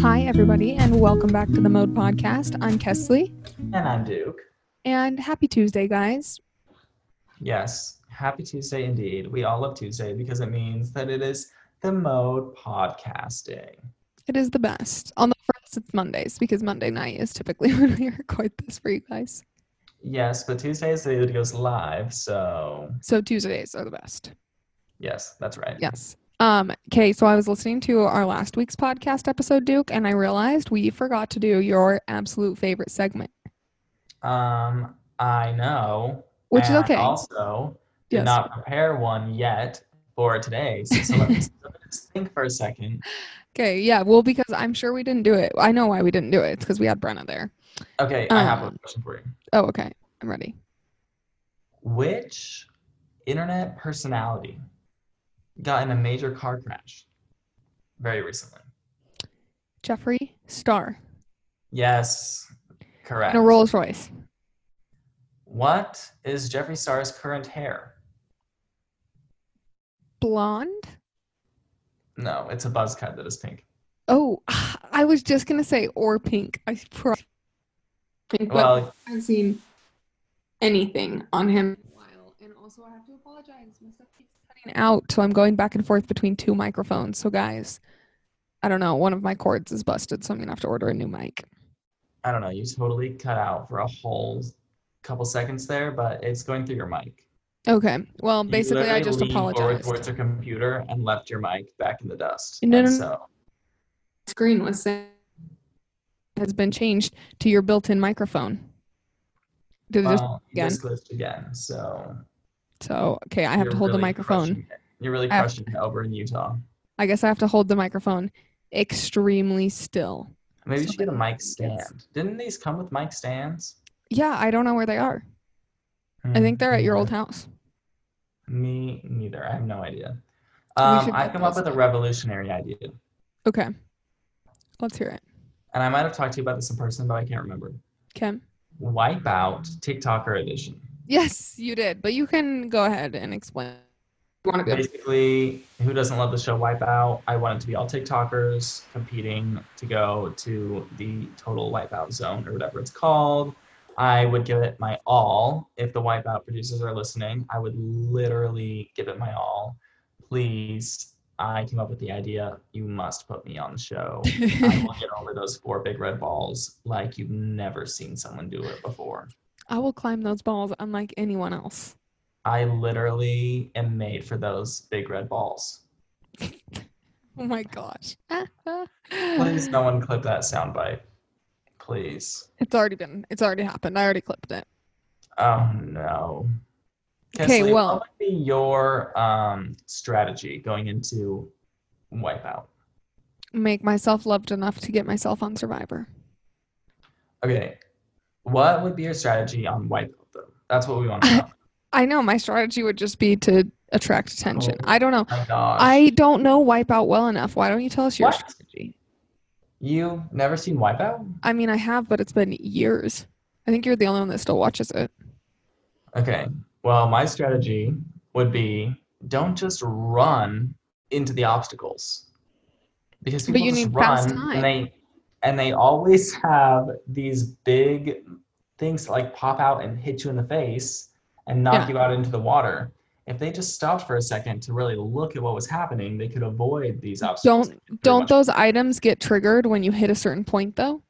Hi, everybody, and welcome back to the Mode Podcast. I'm Kesley, And I'm Duke. and happy Tuesday, guys. Yes, happy Tuesday indeed. We all love Tuesday because it means that it is the mode podcasting. It is the best. Although for us, it's Mondays because Monday night is typically when we record this for you guys. Yes, but Tuesday is the day that it goes live. So, So Tuesdays are the best. yes, that's right. Yes. Um, okay, so I was listening to our last week's podcast episode, Duke, and I realized we forgot to do your absolute favorite segment, Um, I know. which is and I okay. Also, Uh, oh, did Yes. not prepare one yet for today. So, so let me so let me just think for a second. Okay, yeah, well, because I'm sure we didn't do it. I know why we didn't do it. It's because we had Brenna there. Okay, I have a Um, question for you. Oh, okay. I'm ready. Which internet personality got in a major car crash very recently? Jeffrey Star Yes, correct. in a Rolls Royce. What is Jeffree Star's current hair? Blonde? No, it's a buzz cut that is pink. Oh, I was just gonna say or pink. I pro- pink, but Well, I haven't seen anything on him in a while. And also, I have to apologize. My stuff keeps cutting out, so I'm going back and forth between two microphones. So, guys, I don't know. One of my cords is busted, so I'm gonna have to order a new mic. I don't know. You totally cut out for a whole couple seconds there, but it's going through your mic. Okay. Well, You basically, I literally just leaned Forward apologized. towards your computer and left your mic back in the dust. No, And no, no. so Screen was saying has been changed to your built-in microphone. Did it just well, you again. just glitched again. So so? Okay, I have you're to hold the really microphone. crushing it. You're really I have- crushing it over in Utah. I guess I have to hold the microphone extremely still. Maybe you So should get a mic it's- stand. Didn't these come with mic stands? Yeah, I don't know where they are. I think Hmm. they're at your old house. Me neither. I have no idea. We Um, should I get come up those. with a revolutionary idea, and Okay. Let's hear it. I might have talked to you about this in person, but I can't remember. Kim. Wipe out TikToker edition. Yes, you did, but you can go ahead and explain. You want to go? Basically, who doesn't love the show Wipeout? I want it to be all TikTokers competing to go to the total wipeout zone or whatever it's called. I would give it my all. If the wipeout producers are listening, I would literally give it my all. Please, I came up with the idea. You must put me on the show. I will get over those four big red balls like you've never seen someone do it before. I will climb those balls unlike anyone else. I literally am made for those big red balls. Oh my gosh. Please, no one clip that soundbite. Please. It's already been, it's already happened. I already clipped it. Oh no. Okay, Kinsley, well- what would be your um, strategy going into Wipeout? Make myself loved enough to get myself on Survivor. Okay, what would be your strategy on Wipeout though? That's what we want to know. I know my strategy would just be to attract attention. Oh. I don't know. My gosh, I don't know Wipeout well enough. Why don't you tell us your What? strategy? you never seen Wipeout? I mean, I have, but it's been years. I think you're the only one that still watches it. Okay. Well, my strategy would be don't just run into the obstacles. Because But people you just need fast run time. and they and they always have these big things that like pop out and hit you in the face and Yeah. knock you out into the water. If they just stopped for a second to really look at what was happening, they could avoid these obstacles. pretty Don't much. those items get triggered when you hit a certain point, though?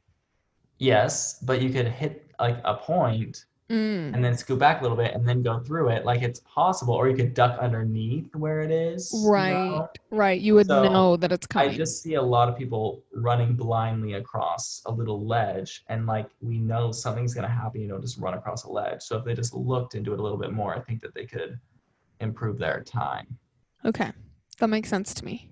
Yes, but you could hit like a point Mm. and then scoot back a little bit and then go through it like it's possible or you could duck underneath where it is you Right, know? right. You would So, know that it's i coming. just see a lot of people running blindly across a little ledge and like we know something's going to happen you don't just run across a ledge so if they just looked into it a little bit more i think that they could improve their time Okay, that makes sense to me.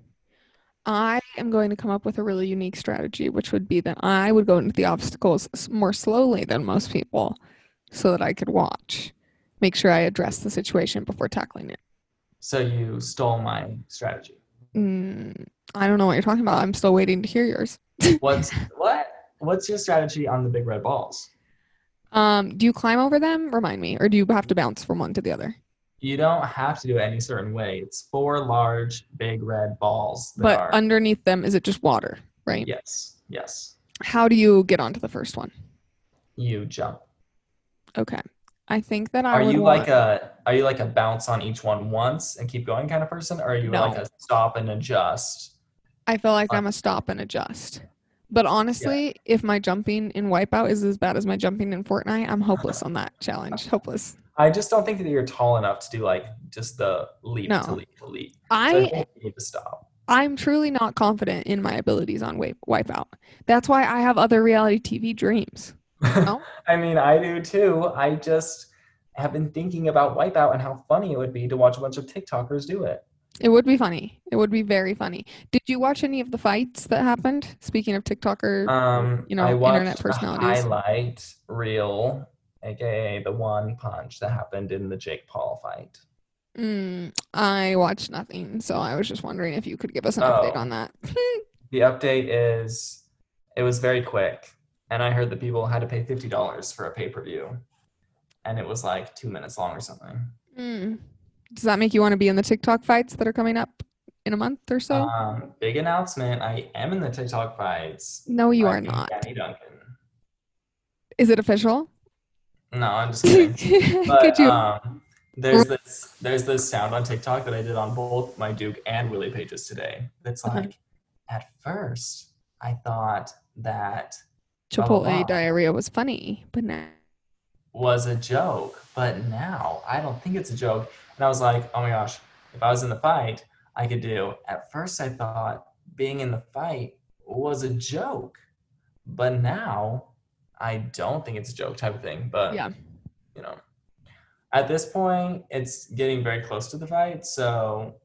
I am going to come up with a really unique strategy, which would be that I would go into the obstacles s- more slowly than most people so that I could watch, make sure I address the situation before tackling it. so you stole my strategy Mm, I don't know what you're talking about. I'm still waiting to hear yours. what's what what's your strategy on the big red balls Um, do you climb over them? Remind me, or do you have to bounce from one to the other? You don't have to do it any certain way. It's four large, big red balls. That but are, underneath them is it just water, right? yes, yes. How do you get onto the first one? You jump. Okay. I think that I Are would you want- like a are you like a bounce on each one once and keep going kind of person, or are you like No. a stop and adjust? I feel like I'm a stop and adjust. But honestly, if my jumping in Wipeout is as bad as my jumping in Fortnite, I'm hopeless on that challenge. Hopeless. I just don't think that you're tall enough to do like just the leap to No. leap to leap. So I I think you need to stop. I'm truly not confident in my abilities on Wipe Wipeout. That's why I have other reality TV dreams. No? I mean, I do too. I just have been thinking about Wipeout and how funny it would be to watch a bunch of TikTokers do it. It would be funny. It would be very funny. Did you watch any of the fights that happened? Speaking of TikToker, Um, You know, I watched internet personalities. the highlight reel, aka the one punch that happened in the Jake Paul fight. mm, I watched nothing, so I was just wondering if you could give us an update Oh. on that. The update is it was very quick, and I heard that people had to pay fifty dollars for a pay per view, and it was like two minutes long or something. Mm. Does that make you want to be in the TikTok fights that are coming up in a month or so? Um, big announcement! I am in the TikTok fights. no, you I are beat not. Danny Duncan. Is it official? No, I'm just kidding. Could But you? um, there's this there's this sound on TikTok that I did on both my Duke and Willie pages today. That's Uh-huh. like, at first I thought that blah, blah, Chipotle blah. diarrhea was funny, but now. was a joke, but now I don't think it's a joke. And I was like, oh my gosh, if I was in the fight, I could do. At first I thought being in the fight was a joke, but now I don't think it's a joke type of thing. But Yeah. you know, at this point, it's getting very close to the fight. So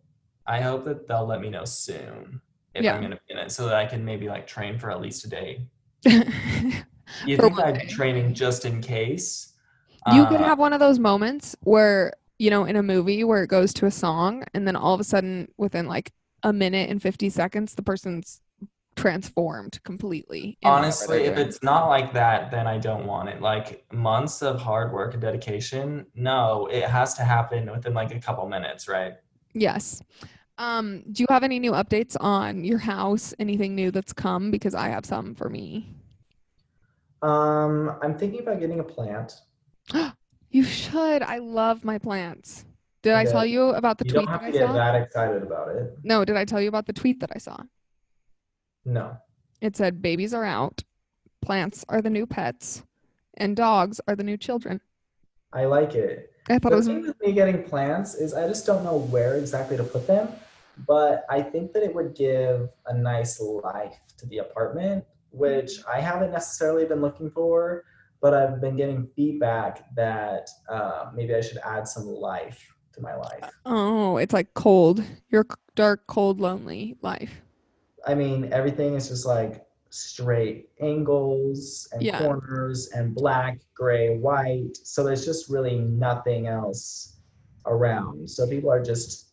I hope that they'll let me know soon if Yeah. I'm going to be in it so that I can maybe like train for at least a day. you You For think one I'd day. be training just in case? could Uh, have one of those moments where, you know, in a movie where it goes to a song and then all of a sudden within like a minute and 50 seconds, the person's transformed completely. in whatever Honestly, they're if doing. it's not like that, then I don't want it. Like months of hard work and dedication. No, it has to happen within like a couple minutes, right? Yes. Um, do you have any new updates on your house? Anything new that's come? Because I have some for me. Um, I'm thinking about getting a plant. You should. I love my plants. Did I tell Okay. you about the you tweet don't that have I to get saw? that excited about it. No, did I tell you about the tweet that I saw? No. It said babies are out, plants are the new pets, and dogs are the new children. I like it. I thought the it was thing with me getting plants is I just don't know where exactly to put them, but I think that it would give a nice life to the apartment, which I haven't necessarily been looking for, but I've been getting feedback that uh, maybe I should add some life to my life. oh, it's like cold. Your c- dark, cold, lonely life. I mean, everything is just like straight angles and Yeah. corners and black, gray, white. So there's just really nothing else around. So people are just,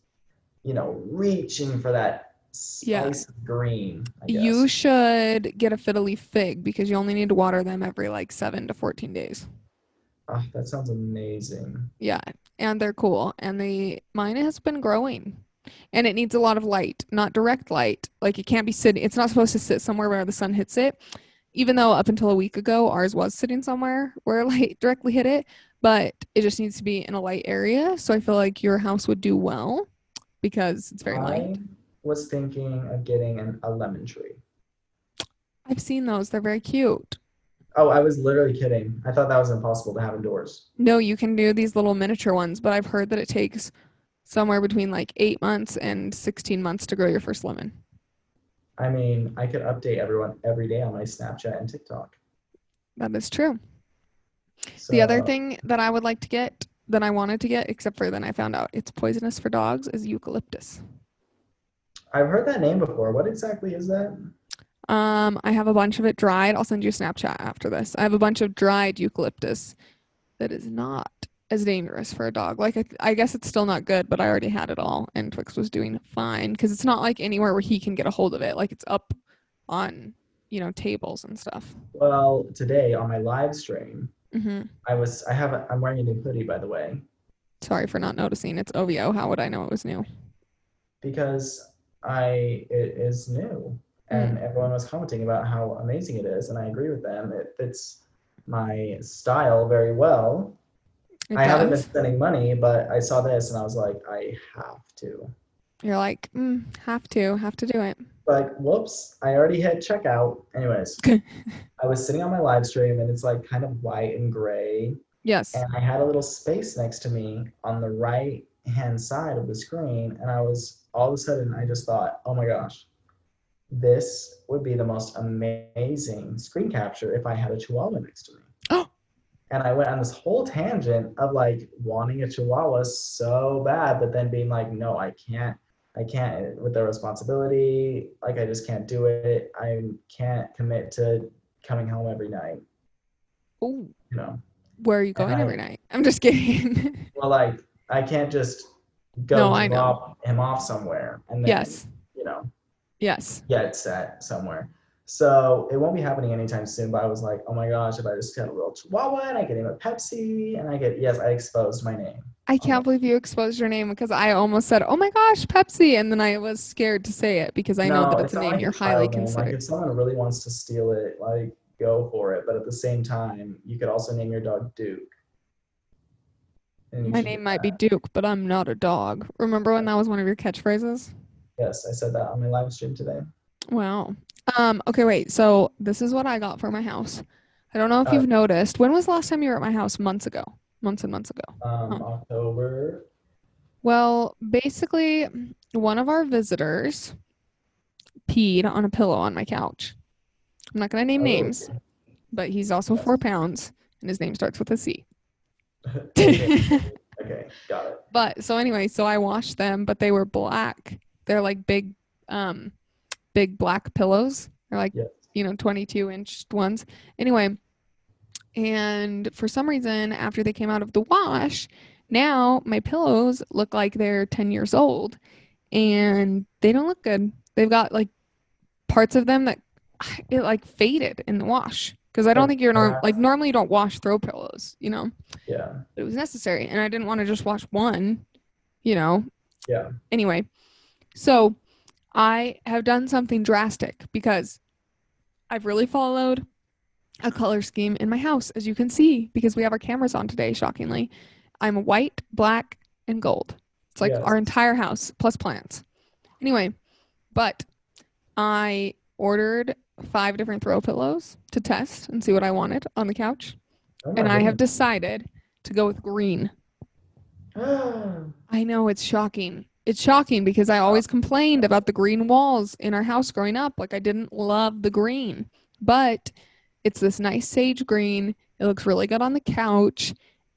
you know, reaching for that slice Yeah. of green. I guess. You should get a fiddle leaf fig because you only need to water them every like seven to fourteen days. Ah, that sounds amazing. Yeah, and they're cool. And they mine has been growing. And it needs a lot of light, not direct light. Like it can't be sitting it's not supposed to sit somewhere where the sun hits it. Even though up until a week ago ours was sitting somewhere where light directly hit it, but it just needs to be in a light area. So I feel like your house would do well because it's very light. I was thinking of getting an, a lemon tree. I've seen those. They're very cute. Oh, I was literally kidding. I thought that was impossible to have indoors. No, you can do these little miniature ones, but I've heard that it takes somewhere between like 8 months and 16 months to grow your first lemon. I mean, I could update everyone every day on my Snapchat and TikTok. That is true. The other So- thing that I would like to get, that I wanted to get, except for then I found out it's poisonous for dogs, is eucalyptus. I've heard that name before. What exactly is that? Um, I have a bunch of it dried. I'll send you a Snapchat after this. I have a bunch of dried eucalyptus that is not as dangerous for a dog. Like I, I guess it's still not good, but I already had it all, and Twix was doing fine because it's not like anywhere where he can get a hold of it. Like it's up on, you know, tables and stuff. Well, today on my live stream, hmm Mm-hmm. I was I have a, I'm wearing a new hoodie by the way, Sorry for not noticing. It's OVO. How would I know it was new? because I it is new Hmm. and everyone was commenting about how amazing it is and I agree with them. It fits my style very well. It I haven't been does. spending money, but I saw this and I was like, I have to. You're like, mm, have to, have to do it. Like, whoops, I already hit checkout. Anyways, I was sitting on my live stream and it's like kind of white and gray. Yes. And I had a little space next to me on the right hand side of the screen. And I was all of a sudden, I just thought, oh my gosh, this would be the most amazing screen capture if I had a chihuahua next to me. and I went on this whole tangent of like wanting a chihuahua so bad, but then being like, no, I can't. I can't with the responsibility. Like, I just can't do it. I can't commit to coming home every night, Ooh, you know? where are you going I- every night? I'm just kidding. Well, like I can't just go No, I know. drop him off somewhere and then yes. you know Yes. get set somewhere. So it won't be happening anytime soon. But I was like, oh my gosh, if I just get a little chihuahua and I get him a Pepsi and I get yes, I exposed my name. I can't believe you exposed your name because I almost said, "Oh my gosh, Pepsi," and then I was scared to say it because I know No, that it's a not name like you're highly child name. Like considered. if someone really wants to steal it, like go for it. But at the same time, you could also name your dog Duke. And you My should name do might that. be Duke, but I'm not a dog. Remember when that was one of your catchphrases? Yes, I said that on my live stream today. Wow. Um, okay, wait. So this is what I got for my house. I don't know if Uh, you've noticed. When was the last time you were at my house? Months ago. Months and months ago. Um, Huh. October Well, basically, one of our visitors peed on a pillow on my couch. I'm not gonna name Oh, names, but he's also Yes. four pounds, and his name starts with a C. okay, okay, got it. But so anyway, so I washed them, but they were black. They're like big, um, big black pillows. They're like, Yes. you know, 22 inch ones. Anyway, and for some reason, after they came out of the wash, now my pillows look like they're 10 years old and they don't look good. They've got like parts of them that it like faded in the wash. Cause I don't Oh, think you're norm- yeah. like normally you don't wash throw pillows, you know? Yeah. but it was necessary and I didn't want to just watch one, you know. Yeah. Anyway, so I have done something drastic because I've really followed a color scheme in my house as you can see because we have our cameras on today shockingly. I'm white, black, and gold. It's like Yes. our entire house plus plants. Anyway, but I ordered five different throw pillows to test and see what I wanted on the couch Oh my and I have goodness. decided to go with green. I know it's shocking. It's shocking because I always complained about the green walls in our house growing up. Like I didn't love the green, but it's this nice sage green. It looks really good on the couch,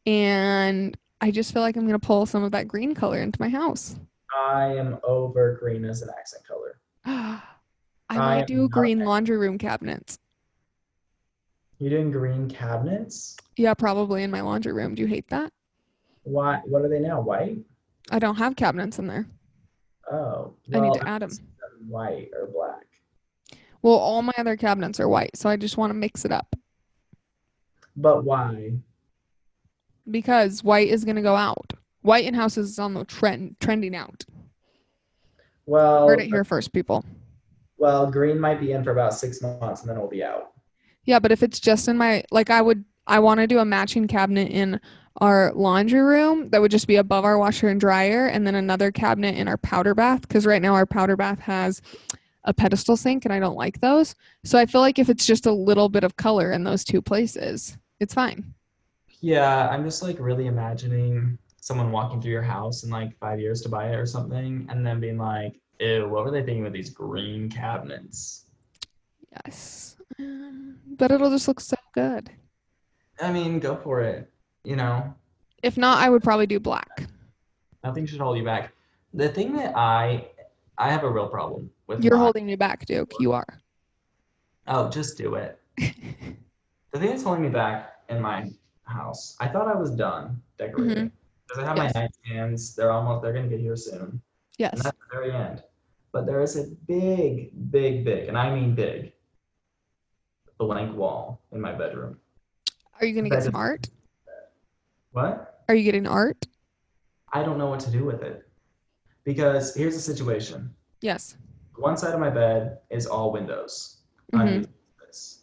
and I just feel like I'm gonna pull some of that green color into my house. I am over green as an accent color. I I might am do not green laundry room cabinets. You doing green cabinets? Yeah, probably in my laundry room. Do you hate that? Why? What are they now? White? I don't have cabinets in there. Oh. I need well, to add 'em. see them White or black? Well, all my other cabinets are white, so I just want to mix it up. But why? because white is going to go out. White in houses is on the trend, trending out. Well, Heard it here first, people. well, green might be in for about six months and then it'll be out. Yeah, but if it's just in my like, I would I want to do a matching cabinet in our laundry room that would just be above our washer and dryer, and then another cabinet in our powder bath because right now our powder bath has a pedestal sink, and I don't like those. So I feel like if it's just a little bit of color in those two places, it's fine. Yeah, I'm just like really imagining someone walking through your house in like five years to buy it or something, and then being like, "Ew, what were they thinking with these green cabinets?" Yes, um, but it'll just look so good. I mean, go for it. You know, If not, I would probably do black. nothing should hold you back. The thing that I I have a real problem with You're my- holding me back, Duke. You are. Oh, just do it. The thing that's holding me back in my house. I thought I was done decorating. Because I have Mm-hmm. Yes. my nightstands. They're almost they're gonna get here soon. And Yes. that's the very end. But there is a big, big, big, and I mean big, blank wall in my bedroom. Are you gonna get That some is- art? What? Are you getting art? I don't know what to do with it. Because here's the situation Yes. one side of my bed is all windows. I'm hmm used to this.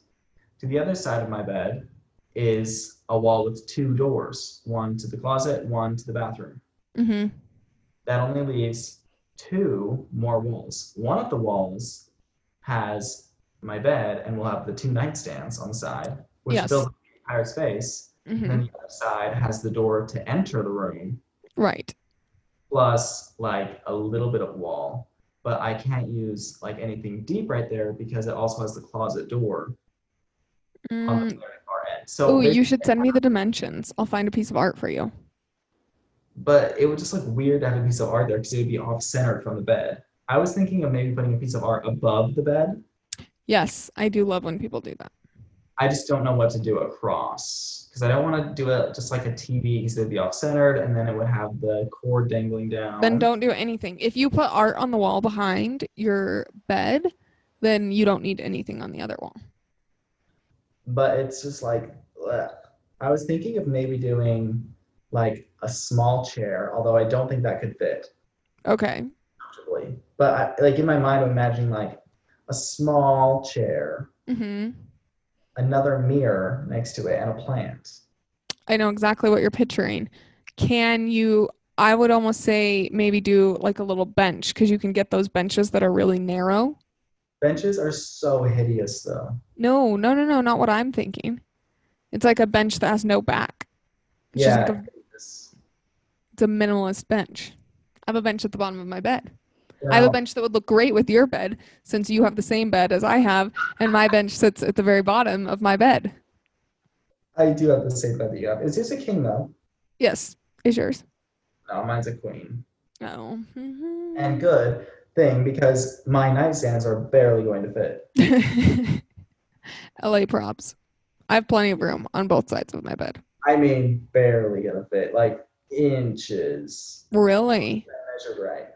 To the other side of my bed is a wall with two doors one to the closet, one to the bathroom. hmm That only leaves two more walls. One of the walls has my bed and will have the two nightstands on the side, which fills Yes. up the entire space. And hmm then the other side has the door to enter the room, Right. plus like a little bit of wall. But I can't use like anything deep right there because it also has the closet door on the Mm. very far end. Uh, So Oh, there's you should send me the dimensions. I'll find a piece of art for you. but it would just look weird to have a piece of art there because it would be off center from the bed. I was thinking of maybe putting a piece of art above the bed. Yes, I do love when people do that. I just don't know what to do across because I don't want to do it just like a TV because it would be off centered and then it would have the cord dangling Then down. don't do anything. If you put art on the wall behind your bed, then you don't need anything on the other wall. But it's just like ugh. I was thinking of maybe doing like a small chair, although I don't think that could fit. Okay. comfortably. But I, like in my mind, I'm imagining like a small chair, hmm another mirror next to it, and a plant. I know exactly what you're picturing. Can you? I would almost say maybe do like a little bench because you can get those benches that are really narrow. Benches are so hideous, though. No, no, no, no, not what I'm thinking. It's like a bench that has no back. It's just like Yeah, a it's- it's a minimalist bench. I have a bench at the bottom of my bed. I have a no, bench that would look great with your bed since you have the same bed as I have, and my bench sits at the very bottom of my bed. I do have the same bed that you have. Is this a king though? Yes, is yours? No, mine's a queen. Oh. And good thing because my nightstands are barely going to fit. LA props. I have plenty of room on both sides of my bed. I mean, barely gonna fit, like inches. Really? Measured right.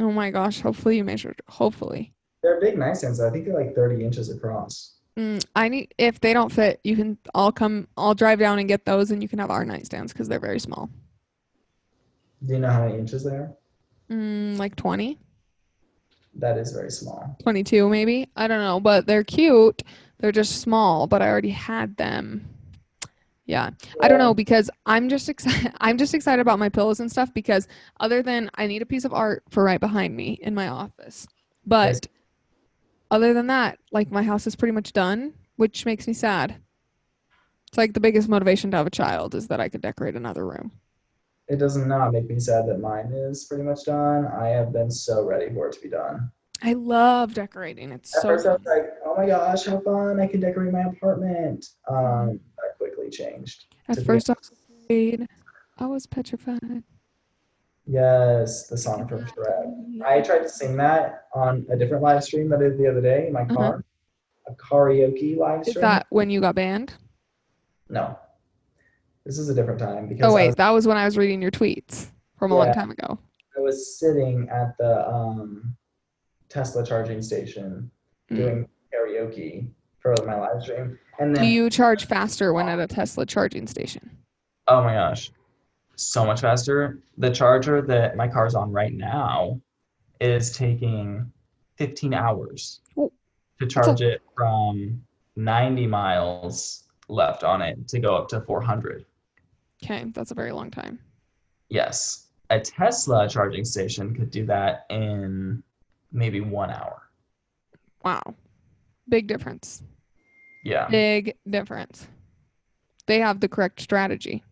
Oh my gosh, hopefully you measured. Hopefully. They're big nightstands. I think they're like 30 inches across. Mm, I need if they don't fit, you can I'll come I'll drive down and get those and you can have our nightstands because they're very small. Do you know how many inches they are? Mm, like 20, That is very small. 22 maybe. I don't know, but they're cute. They're just small, but I already had them. Yeah. I don't Yeah. know because I'm just excited I'm just excited about my pillows and stuff because other than I need a piece of art for right behind me in my office. Yes. But other than that, like my house is pretty much done, which makes me sad. It's like the biggest motivation to have a child is that I could decorate another room. It does not make me sad that mine is pretty much done. I have been so ready for it to be done. I love decorating. It's At so first, I was fun. like, "Oh my gosh, how fun! I can decorate my apartment." Um, that quickly changed At to be first I was afraid. I was petrified. yes, the song from Shrek. I Uh-huh. tried to sing that on a different live stream that I did the other day in my car, a karaoke live Uh-huh. Is stream. that when you got banned? no, this is a different time because Oh I wait, was that was when I was reading your tweets from a long yeah, time ago. I was sitting at the um, Tesla charging station Mm. doing karaoke for my live stream, and Do then you charge faster when at a Tesla charging station? Oh my gosh, so much faster. The charger that my car's on right now is taking 15 hours Oh, to that's a charge it from 90 miles left on it to go up to 400. okay. That's a very long time. Yes, a Tesla charging station could do that in maybe one hour. Wow, big difference. Yeah. Big difference. They have the correct strategy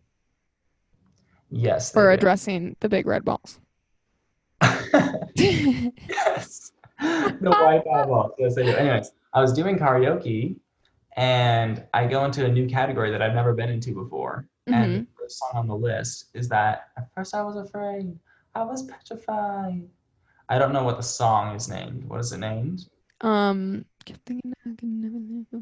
Yes, they for do. addressing the big red balls. Yes. The white eyeballs. Yes, they do. Anyways, I was doing karaoke and I go into a new category that I've never been into before. And the hmm first song on the list is that at first I was afraid. I was petrified. I don't know what the song is named. What is it named? Um, kept thinking I could never let go.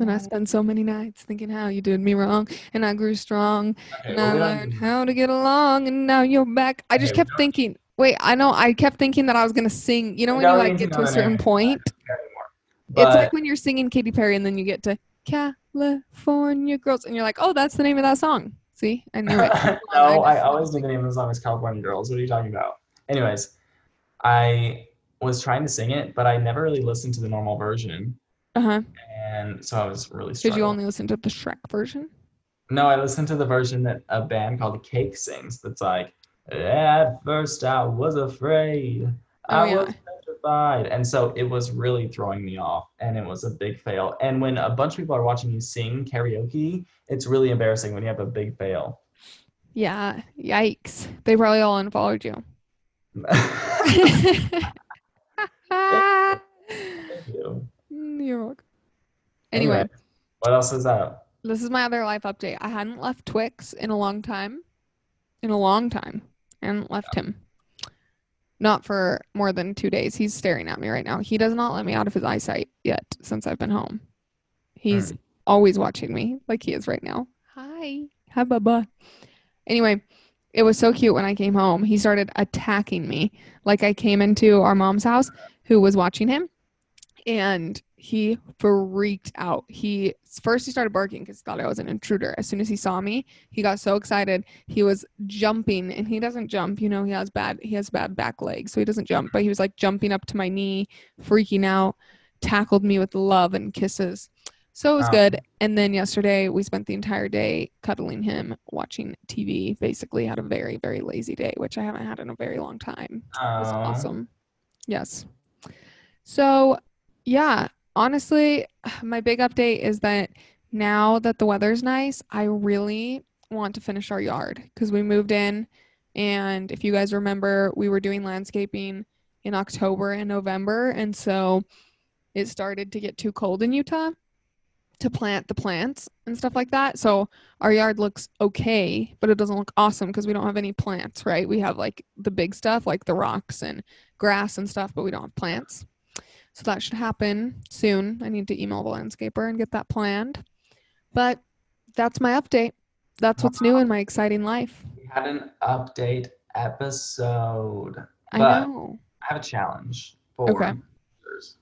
And I Oh, spent so many nights thinking how you did me wrong, and I grew strong, Okay, and well I we don't learned need how to get along, and now you're back. I okay, just we kept don't thinking, wait, I know, I kept thinking that I was gonna sing. You know, we when you don't like need to get to know a the name certain point, anymore. it's like But when you're singing Katy Perry, and then you get to California Girls, and you're like, oh, that's the name of that song. See, I knew it. no, I always knew the name of the song was California Girls. What are you talking about? Anyways, I was trying to sing it, but I never really listened to the normal version, Uh huh. and so I was really Did struggling. you only listen to the Shrek version? No, I listened to the version that a band called Cake sings. That's like, at first I was afraid, I Oh, yeah. was petrified, and so it was really throwing me off, and it was a big fail. And when a bunch of people are watching you sing karaoke, it's really embarrassing when you have a big fail. Yeah. Yikes. They probably all unfollowed you. Anyway, Mm, You're welcome. Anyway, what else is up? this is my other life update. I hadn't left Twix in a long time. In a long time. I hadn't left him. Not for more than two days. He's staring at me right now. He does not let me out of his eyesight yet since I've been home. He's always watching me like he is right now. Hi. Hi, Bubba. Anyway, it was so cute when I came home. He started attacking me. Like I came into our mom's house, who was watching him, and he freaked out. He first he started barking because he thought I was an intruder. As soon as he saw me, he got so excited. He was jumping, and he doesn't jump. You know, he has bad he has bad back legs, so he doesn't jump. But he was like jumping up to my knee, freaking out, tackled me with love and kisses. So it was Wow. good. And then yesterday we spent the entire day cuddling him, watching TV. Basically, had a very very lazy day, which I haven't had in a very long time. It was Oh, awesome. Yes. So, yeah, honestly, my big update is that now that the weather's nice, I really want to finish our yard because we moved in. And if you guys remember, we were doing landscaping in October and November. And so it started to get too cold in Utah to plant the plants and stuff like that. So our yard looks okay, but it doesn't look awesome because we don't have any plants, right? We have like the big stuff, like the rocks and grass and stuff, but we don't have plants. So that should happen soon. I need to email the landscaper and get that planned. But that's my update. That's what's new in my exciting life. we had an update episode. I But- know. I have a challenge for Okay. viewers.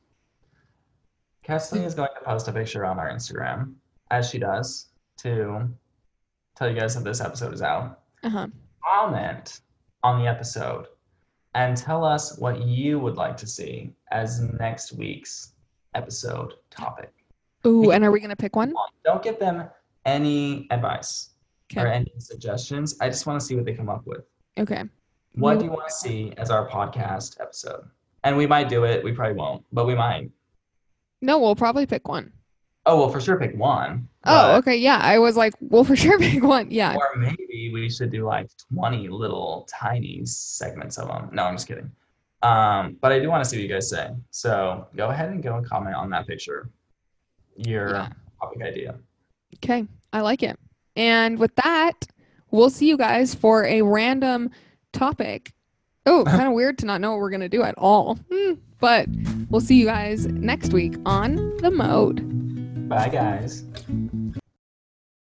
Kesley is going to post a picture on our Instagram, as she does, to tell you guys that this episode is out. Uh huh. Comment on the episode and tell us what you would like to see as next week's episode topic. Ooh, and are we gonna pick one? Don't give them any advice or Okay. any suggestions. I just want to see what they come up with. Okay. What do you want to see as our podcast episode? And we might do it. We probably won't, but we might. No, we'll probably pick one. Oh well, for sure pick one. Oh, okay. Yeah, I was like, we'll for sure pick one. Yeah. but- Or maybe we should do like twenty little tiny segments of them. No, I'm just kidding. Um, but I do want to see what you guys say. So go ahead and go and comment on that picture. Your Yeah. topic idea. Okay, I like it. And with that, we'll see you guys for a random topic. Oh, kind of weird to not know what we're going to do at all. Hmm, but we'll see you guys next week on The Mode. Bye guys.